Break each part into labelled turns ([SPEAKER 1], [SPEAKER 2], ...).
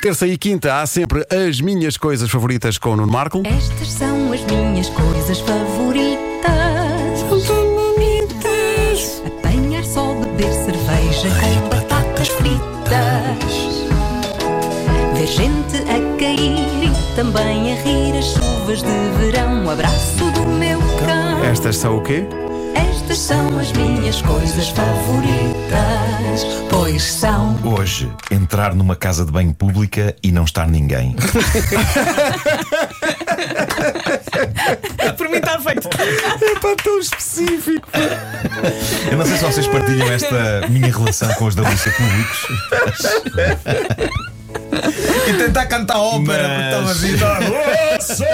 [SPEAKER 1] Terça e quinta há sempre as minhas coisas favoritas com o Nuno
[SPEAKER 2] É
[SPEAKER 1] Marco.
[SPEAKER 3] Estas são as minhas coisas favoritas. Apanhar só beber cerveja com batatas fritas. Ver gente a cair e também a rir as chuvas de verão. Um abraço do meu cão.
[SPEAKER 1] Estas são o quê?
[SPEAKER 3] Estas são as minhas coisas favoritas. Pois são.
[SPEAKER 4] Hoje, entrar numa casa de banho pública e não estar ninguém.
[SPEAKER 2] Por mim está feito.
[SPEAKER 1] É para tão específico.
[SPEAKER 4] Eu não sei se vocês partilham esta minha relação com os da Lúcia Públicos.
[SPEAKER 5] E tentar cantar ópera, porque estão
[SPEAKER 4] Mas-
[SPEAKER 5] assim,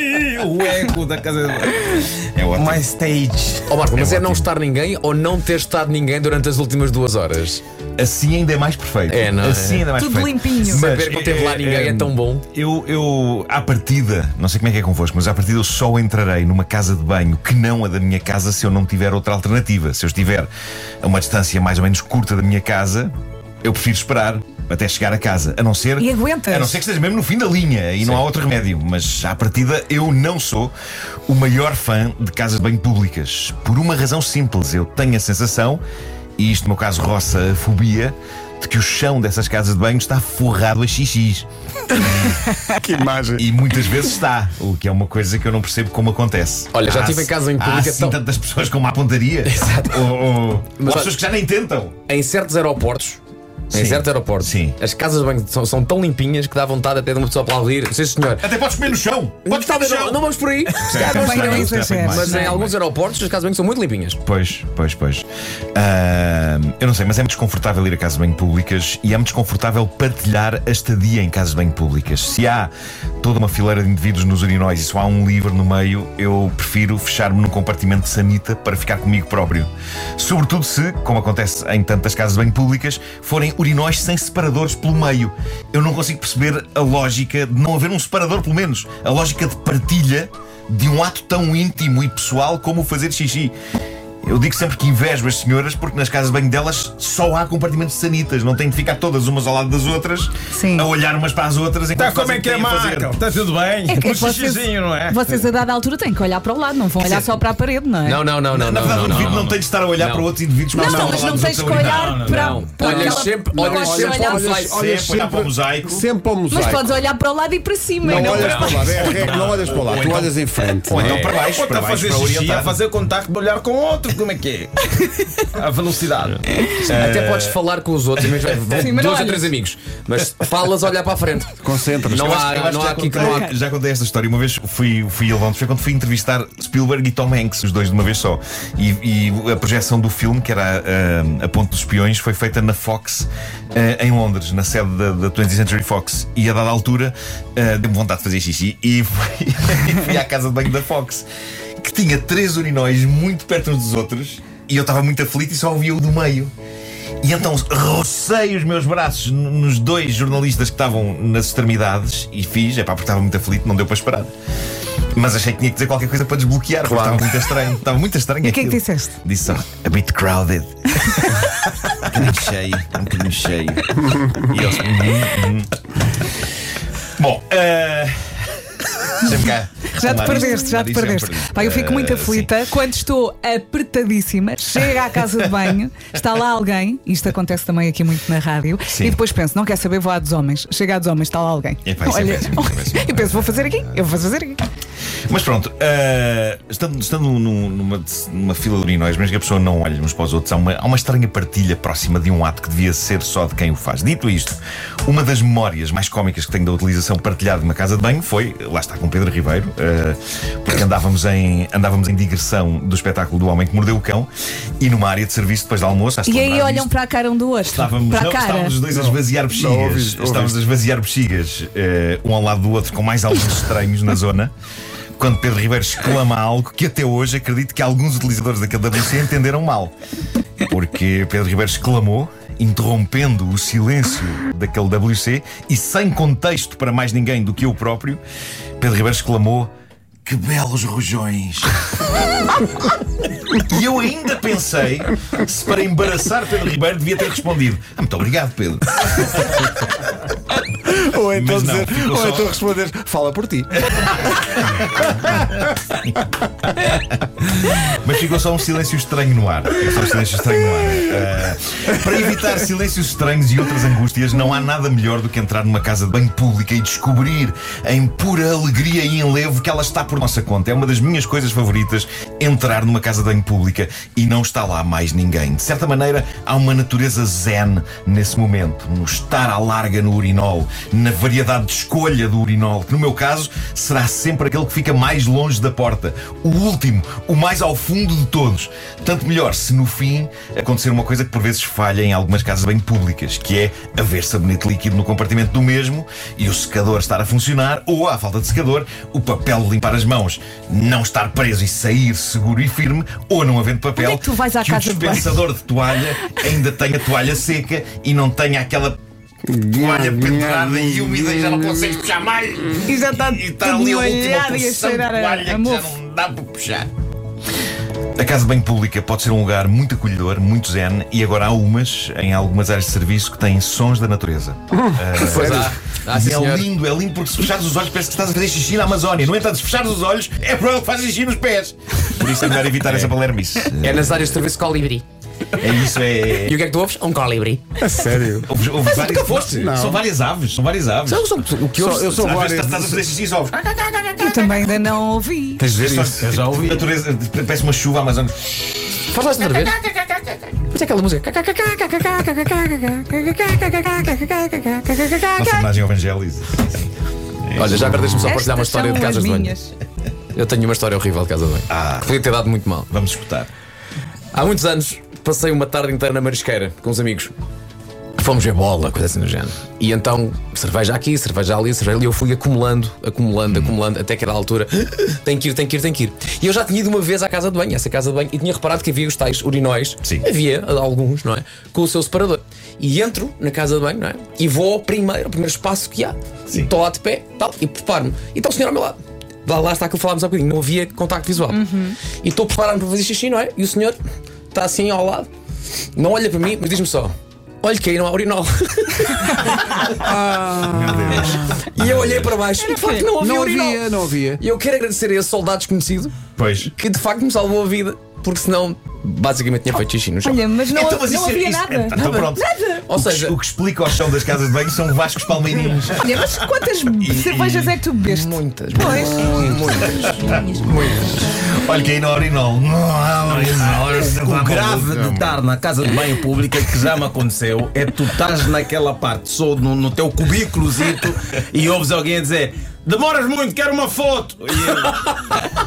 [SPEAKER 5] tá, o eco da casa
[SPEAKER 4] É
[SPEAKER 5] de
[SPEAKER 4] ótimo.
[SPEAKER 5] My stage.
[SPEAKER 6] Ó Marco, mas é,
[SPEAKER 4] É
[SPEAKER 6] não
[SPEAKER 4] ótimo.
[SPEAKER 6] estar ninguém ou não ter estado ninguém durante as últimas duas horas?
[SPEAKER 4] Assim ainda é mais perfeito.
[SPEAKER 6] É, não é?
[SPEAKER 4] Assim ainda é mais
[SPEAKER 2] Tudo
[SPEAKER 4] perfeito.
[SPEAKER 2] limpinho.
[SPEAKER 4] Mas,
[SPEAKER 6] Saber que não teve lá
[SPEAKER 4] é,
[SPEAKER 6] ninguém é,
[SPEAKER 4] é,
[SPEAKER 6] tão bom.
[SPEAKER 4] Eu, eu, à partida, não sei como é que é convosco, mas à partida eu só entrarei numa casa de banho que não a da minha casa se eu não tiver outra alternativa. Se eu estiver a uma distância mais ou menos curta da minha casa, eu prefiro esperar até chegar a casa. A não ser.
[SPEAKER 2] E aguentas.
[SPEAKER 4] A não ser que esteja mesmo no fim da linha e não há outro remédio. Mas à partida eu não sou o maior fã de casas de banho públicas. Por uma razão simples. Eu tenho a sensação, e isto no meu caso roça a fobia, de que o chão dessas casas de banho está forrado a xixis.
[SPEAKER 1] Que imagem.
[SPEAKER 4] E muitas vezes está, o que é uma coisa que eu não percebo como acontece.
[SPEAKER 6] Olha, já
[SPEAKER 4] Há-
[SPEAKER 6] tive em casa em então-
[SPEAKER 4] Há
[SPEAKER 6] pública
[SPEAKER 4] assim
[SPEAKER 6] tão-
[SPEAKER 4] tantas pessoas com má pontaria. Exato. Ou, ou- ou
[SPEAKER 6] olha-
[SPEAKER 4] pessoas que já nem tentam.
[SPEAKER 6] Em certos aeroportos. Em
[SPEAKER 4] Sim.
[SPEAKER 6] certos aeroportos,
[SPEAKER 4] Sim.
[SPEAKER 6] as casas de banho são, são tão limpinhas que dá vontade até de uma pessoa aplaudir. Sim, senhor.
[SPEAKER 4] Até podes comer no chão. Podes comer no
[SPEAKER 6] Talvez
[SPEAKER 4] chão. é
[SPEAKER 6] não, não vamos por aí.
[SPEAKER 4] Sim,
[SPEAKER 6] Já
[SPEAKER 4] cá
[SPEAKER 6] não
[SPEAKER 4] está,
[SPEAKER 2] não
[SPEAKER 4] cá está,
[SPEAKER 2] exageres.
[SPEAKER 4] bem mais.
[SPEAKER 6] Mas é
[SPEAKER 4] Não,
[SPEAKER 6] em
[SPEAKER 4] bem
[SPEAKER 6] alguns
[SPEAKER 4] mais.
[SPEAKER 6] aeroportos as casas de banho são muito limpinhas.
[SPEAKER 4] Pois, pois, pois. Ah, eu não sei, mas é-me desconfortável ir a casas de banho públicas e é-me desconfortável partilhar a estadia em casas de banho públicas. Se há toda uma fileira de indivíduos nos urinóis e só há um livre no meio, eu prefiro fechar-me num compartimento de sanita para ficar comigo próprio. Sobretudo se, como acontece em tantas casas de banho públicas, forem urinóis sem separadores pelo meio. Eu não consigo perceber a lógica de não haver um separador, pelo menos. A lógica de partilha de um ato tão íntimo e pessoal como o fazer xixi. Eu digo sempre que invejo as senhoras porque nas casas de banho delas só há compartimentos de sanitas, não têm de ficar todas umas ao lado das outras
[SPEAKER 2] Sim.
[SPEAKER 4] a olhar umas para as outras enquanto
[SPEAKER 5] Tá, como
[SPEAKER 4] fazem
[SPEAKER 5] é
[SPEAKER 4] o
[SPEAKER 5] que é,
[SPEAKER 4] têm a fazer.
[SPEAKER 5] Marco? Está tudo bem?
[SPEAKER 2] É que
[SPEAKER 5] um
[SPEAKER 2] vocês,
[SPEAKER 5] xixizinho, não é?
[SPEAKER 2] vocês a dada altura têm que olhar para o lado, não vão olhar só para a parede, não é?
[SPEAKER 6] Não, não, não, não.
[SPEAKER 4] Na
[SPEAKER 6] não,
[SPEAKER 4] verdade,
[SPEAKER 6] não,
[SPEAKER 4] o indivíduo não,
[SPEAKER 6] não.
[SPEAKER 4] tem de estar a olhar
[SPEAKER 6] Não.
[SPEAKER 4] para outros indivíduos
[SPEAKER 2] Não,
[SPEAKER 4] mas
[SPEAKER 2] não, mas não tens que
[SPEAKER 5] Não,
[SPEAKER 2] olhar
[SPEAKER 5] não,
[SPEAKER 2] para,
[SPEAKER 5] não.
[SPEAKER 2] para
[SPEAKER 6] Olhas
[SPEAKER 2] aquela-
[SPEAKER 6] sempre,
[SPEAKER 2] não,
[SPEAKER 6] olhas
[SPEAKER 2] podes
[SPEAKER 6] sempre,
[SPEAKER 2] olhar-
[SPEAKER 6] olhas-
[SPEAKER 4] Sempre, olhar para o mosaico.
[SPEAKER 1] Sempre para o mosaico.
[SPEAKER 2] Mas podes olhar para o lado e para cima.
[SPEAKER 1] Não,
[SPEAKER 2] não
[SPEAKER 1] olhas
[SPEAKER 2] para-
[SPEAKER 1] para lá, é a regra, não olhas para lá,
[SPEAKER 4] Ou
[SPEAKER 1] tu
[SPEAKER 4] então-
[SPEAKER 1] olhas em frente.
[SPEAKER 4] Ou
[SPEAKER 1] não é?
[SPEAKER 4] então para baixo,
[SPEAKER 5] Ou
[SPEAKER 4] para
[SPEAKER 5] está
[SPEAKER 4] baixo,
[SPEAKER 5] a tá fazer
[SPEAKER 4] para
[SPEAKER 5] xixi, a
[SPEAKER 4] orientar.
[SPEAKER 5] fazer contacto, de olhar com outro, como é que é? A velocidade.
[SPEAKER 4] É.
[SPEAKER 6] Até podes falar com os outros, mas vão
[SPEAKER 2] Sim, mas não
[SPEAKER 6] dois ou
[SPEAKER 2] olhas.
[SPEAKER 6] três amigos. Mas falas a olhar para a frente.
[SPEAKER 1] Concentras-te.
[SPEAKER 6] Não
[SPEAKER 4] Eu acho-
[SPEAKER 6] há,
[SPEAKER 4] eu acho
[SPEAKER 6] não
[SPEAKER 4] que é
[SPEAKER 6] há
[SPEAKER 4] já
[SPEAKER 6] aqui que não há.
[SPEAKER 4] contei- Já contei esta história. Uma vez fui, fui a Londres, foi quando fui entrevistar Spielberg e Tom Hanks, os dois de uma vez só. E, e a projeção do filme, que era ah, A Ponte dos Peões, foi feita na Fox, ah, em Londres, na sede da, da 20th Century Fox. E a dada altura, ah, deu-me vontade de fazer xixi e fui, fui à casa de banho da Fox, que tinha três urinóis muito perto uns dos outros. E eu estava muito aflito e só ouvia o do meio. E então rocei os meus braços n- nos dois jornalistas que estavam nas extremidades e fiz, é pá, porque estava muito aflito, não deu para esperar. Mas achei que tinha que dizer qualquer coisa para desbloquear, porque estava muito estranho. Estava muito estranho
[SPEAKER 2] E o que é que
[SPEAKER 4] aquilo.
[SPEAKER 2] disseste?
[SPEAKER 4] Disse só, a bit crowded. um bocadinho cheio,
[SPEAKER 5] tá
[SPEAKER 4] um bocadinho cheio. E eles. "Hum, hum." Bom, eh, deixa-me cá.
[SPEAKER 2] Já te
[SPEAKER 4] arrumar isto,
[SPEAKER 2] perdeste, já
[SPEAKER 4] arrumar
[SPEAKER 2] te
[SPEAKER 4] isto,
[SPEAKER 2] perdeste.
[SPEAKER 4] já me perdi.
[SPEAKER 2] Pá, eu fico muito
[SPEAKER 4] Eh,
[SPEAKER 2] aflita quando estou apertadíssima, chego à casa de banho, está lá alguém, isto acontece também aqui muito na rádio,
[SPEAKER 4] Sim.
[SPEAKER 2] e depois penso, não quer saber, vou à dos homens. Chego à dos homens, está lá alguém.
[SPEAKER 4] Epá, isso é péssimo, isso é péssimo.
[SPEAKER 2] eu penso, vou fazer aqui, eu vou fazer aqui.
[SPEAKER 4] Mas pronto, ah, estando, estando num- numa, numa fila de urinóis, mesmo que a pessoa não olhe uns para os outros, há uma, há uma estranha partilha próxima de um ato que devia ser só de quem o faz. Dito isto, uma das memórias mais cómicas que tenho da utilização partilhada de uma casa de banho foi, lá está com Pedro Ribeiro, ah, porque andávamos em, andávamos em digressão do espetáculo do Homem que Mordeu o Cão e numa área de serviço depois do almoço, acho que
[SPEAKER 2] E aí
[SPEAKER 4] lembrado
[SPEAKER 2] olham
[SPEAKER 4] disto.
[SPEAKER 2] para a cara um do outro.
[SPEAKER 4] Estávamos,
[SPEAKER 2] para a
[SPEAKER 4] não,
[SPEAKER 2] cara.
[SPEAKER 4] estávamos os dois a esvaziar bexigas.
[SPEAKER 1] não, ouvi- ouvi.
[SPEAKER 4] Estávamos a esvaziar bexigas, eh, um ao lado do outro, com mais alguns estranhos na zona. Quando Pedro Ribeiro exclama algo que até hoje acredito que alguns utilizadores da KWC entenderam mal. Porque Pedro Ribeiro exclamou, interrompendo o silêncio daquele WC e sem contexto para mais ninguém do que eu próprio, Pedro Ribeiro exclamou: Que belos rojões! E eu ainda pensei se para embaraçar Pedro Ribeiro devia ter respondido: ah, Muito obrigado, Pedro.
[SPEAKER 1] Ou então,
[SPEAKER 4] Mas não,
[SPEAKER 1] dizer,
[SPEAKER 4] ficou
[SPEAKER 1] ou
[SPEAKER 4] só-
[SPEAKER 1] então responder, fala por ti.
[SPEAKER 4] Mas ficou só um silêncio estranho no ar. Ficou só um silêncio estranho no ar. Ah, para evitar silêncios estranhos e outras angústias, não há nada melhor do que entrar numa casa de banho pública e descobrir, em pura alegria e enlevo, que ela está por nossa conta. É uma das minhas coisas favoritas, entrar numa casa de banho pública e não está lá mais ninguém. De certa maneira, há uma natureza zen nesse momento, no estar à larga no urinol, na variedade de escolha do urinol, que no meu caso será sempre aquele que fica mais longe da porta, o último, o mais ao fundo de todos. Tanto melhor se no fim acontecer uma coisa que por vezes falha em algumas casas bem públicas, que é haver sabonete líquido no compartimento do mesmo e o secador estar a funcionar, ou à falta de secador, o papel de limpar as mãos não estar preso e sair seguro e firme, ou não havendo papel,
[SPEAKER 2] Onde é que tu vais à
[SPEAKER 4] que o
[SPEAKER 2] casa de banho?
[SPEAKER 4] dispensador de toalha ainda tenha toalha seca e não tenha aquela toalha pendurada e úmida e já não consegues puxar mais.
[SPEAKER 2] E já está
[SPEAKER 4] E está
[SPEAKER 2] tudo
[SPEAKER 4] ali a última
[SPEAKER 2] molhado e a
[SPEAKER 4] porção de
[SPEAKER 2] cheirar a-
[SPEAKER 4] toalha
[SPEAKER 2] a
[SPEAKER 4] que já
[SPEAKER 2] mofo.
[SPEAKER 4] não dá para puxar. A casa de banho pública pode ser um lugar muito acolhedor, muito zen, e agora há umas, em algumas áreas de serviço, que têm sons da natureza. Ah,
[SPEAKER 6] Pois há. Há, sim,
[SPEAKER 4] e é
[SPEAKER 6] senhor.
[SPEAKER 4] lindo, é lindo porque se fechares os olhos parece que estás a fazer xixi na Amazónia. No entanto, se fechares os olhos, é provável que fazes xixi nos pés. Por isso é melhor evitar essa palermice.
[SPEAKER 6] É nas áreas de serviço colibri.
[SPEAKER 4] É isso, é.
[SPEAKER 6] E o que é que tu ouves? Um colibri.
[SPEAKER 1] A sério.
[SPEAKER 4] Houve, houve várias...
[SPEAKER 6] nunca foste?
[SPEAKER 4] Não. São várias aves, são várias aves.
[SPEAKER 6] São, são, o que ouves?
[SPEAKER 1] Só- eu sou
[SPEAKER 4] Às vezes
[SPEAKER 1] várias.
[SPEAKER 4] estás a fazer xixi e só ouves.
[SPEAKER 6] Tá,
[SPEAKER 2] Eu também ainda não ouvi.
[SPEAKER 1] Tens de ver isso.
[SPEAKER 4] Só- tipo, natureza- Parece uma chuva amazónica.
[SPEAKER 6] Faz lá isso outra vez. Mas é aquela música.
[SPEAKER 4] Nossa homenagem ao Evangelho. isso.
[SPEAKER 6] Olha, já agora deixa-me só partilhar uma
[SPEAKER 2] Estas
[SPEAKER 6] história de
[SPEAKER 2] são as
[SPEAKER 6] casas de banho.
[SPEAKER 2] minhas.
[SPEAKER 6] Eu tenho uma história horrível de casa de banho.
[SPEAKER 4] Ah.
[SPEAKER 6] Que podia ter dado muito mal.
[SPEAKER 4] Vamos escutar.
[SPEAKER 6] Há muitos anos passei uma tarde inteira na marisqueira com os amigos. Fomos ver bola, coisa assim do género. E então, cerveja aqui, cerveja ali, cerveja ali. Eu fui acumulando, acumulando, acumulando, até que era a altura. Tem que ir, tem que ir, tem que ir. E eu já tinha ido uma vez à casa de banho, essa casa de banho, e tinha reparado que havia os tais urinóis.
[SPEAKER 4] Sim.
[SPEAKER 6] Havia alguns, não é? Com o seu separador. E entro na casa de banho, não é? E vou ao primeiro, ao primeiro espaço que há.
[SPEAKER 4] Sim.
[SPEAKER 6] Estou lá de pé, tal, e preparo-me. E está o senhor ao meu lado. Lá, lá está que falámos há um bocadinho, não havia contacto visual. E estou preparado para fazer xixi, não é? E o senhor está assim ao lado, não olha para mim, mas diz-me só: olha que aí não há urinol.
[SPEAKER 4] Meu Deus.
[SPEAKER 6] E eu olhei para baixo e de facto não havia
[SPEAKER 1] Não
[SPEAKER 6] urinol.
[SPEAKER 1] havia, não havia.
[SPEAKER 6] E eu quero agradecer a esse soldado desconhecido
[SPEAKER 4] Pois.
[SPEAKER 6] que de facto me salvou a vida, porque senão basicamente tinha feito xixi no chão.
[SPEAKER 2] Olha, mas não,
[SPEAKER 4] Então, mas
[SPEAKER 2] não
[SPEAKER 4] isso é-
[SPEAKER 2] havia
[SPEAKER 4] isso-
[SPEAKER 2] nada.
[SPEAKER 4] Então pronto.
[SPEAKER 6] Ou
[SPEAKER 4] O que-
[SPEAKER 6] seja,
[SPEAKER 4] o que explica o chão das casas de banho são vascos palmeirinhos.
[SPEAKER 2] Olha, mas quantas cervejas é que tu bebeste?
[SPEAKER 6] muitas,
[SPEAKER 2] Pois.
[SPEAKER 4] Olha que aí não há urinol. Não há urinol.
[SPEAKER 5] O grave de estar na casa de banho pública que já me aconteceu é tu estás naquela parte, só no, no teu cubículozito e ouves alguém a dizer demoras muito, quero uma foto. E eu,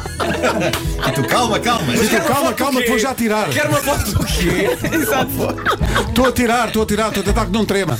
[SPEAKER 4] E tu, calma, calma.
[SPEAKER 1] Calma, calma, que vou já tirar.
[SPEAKER 6] quero uma foto do quê?
[SPEAKER 1] Estou a tirar, estou a tirar, estou a tentar que não trema.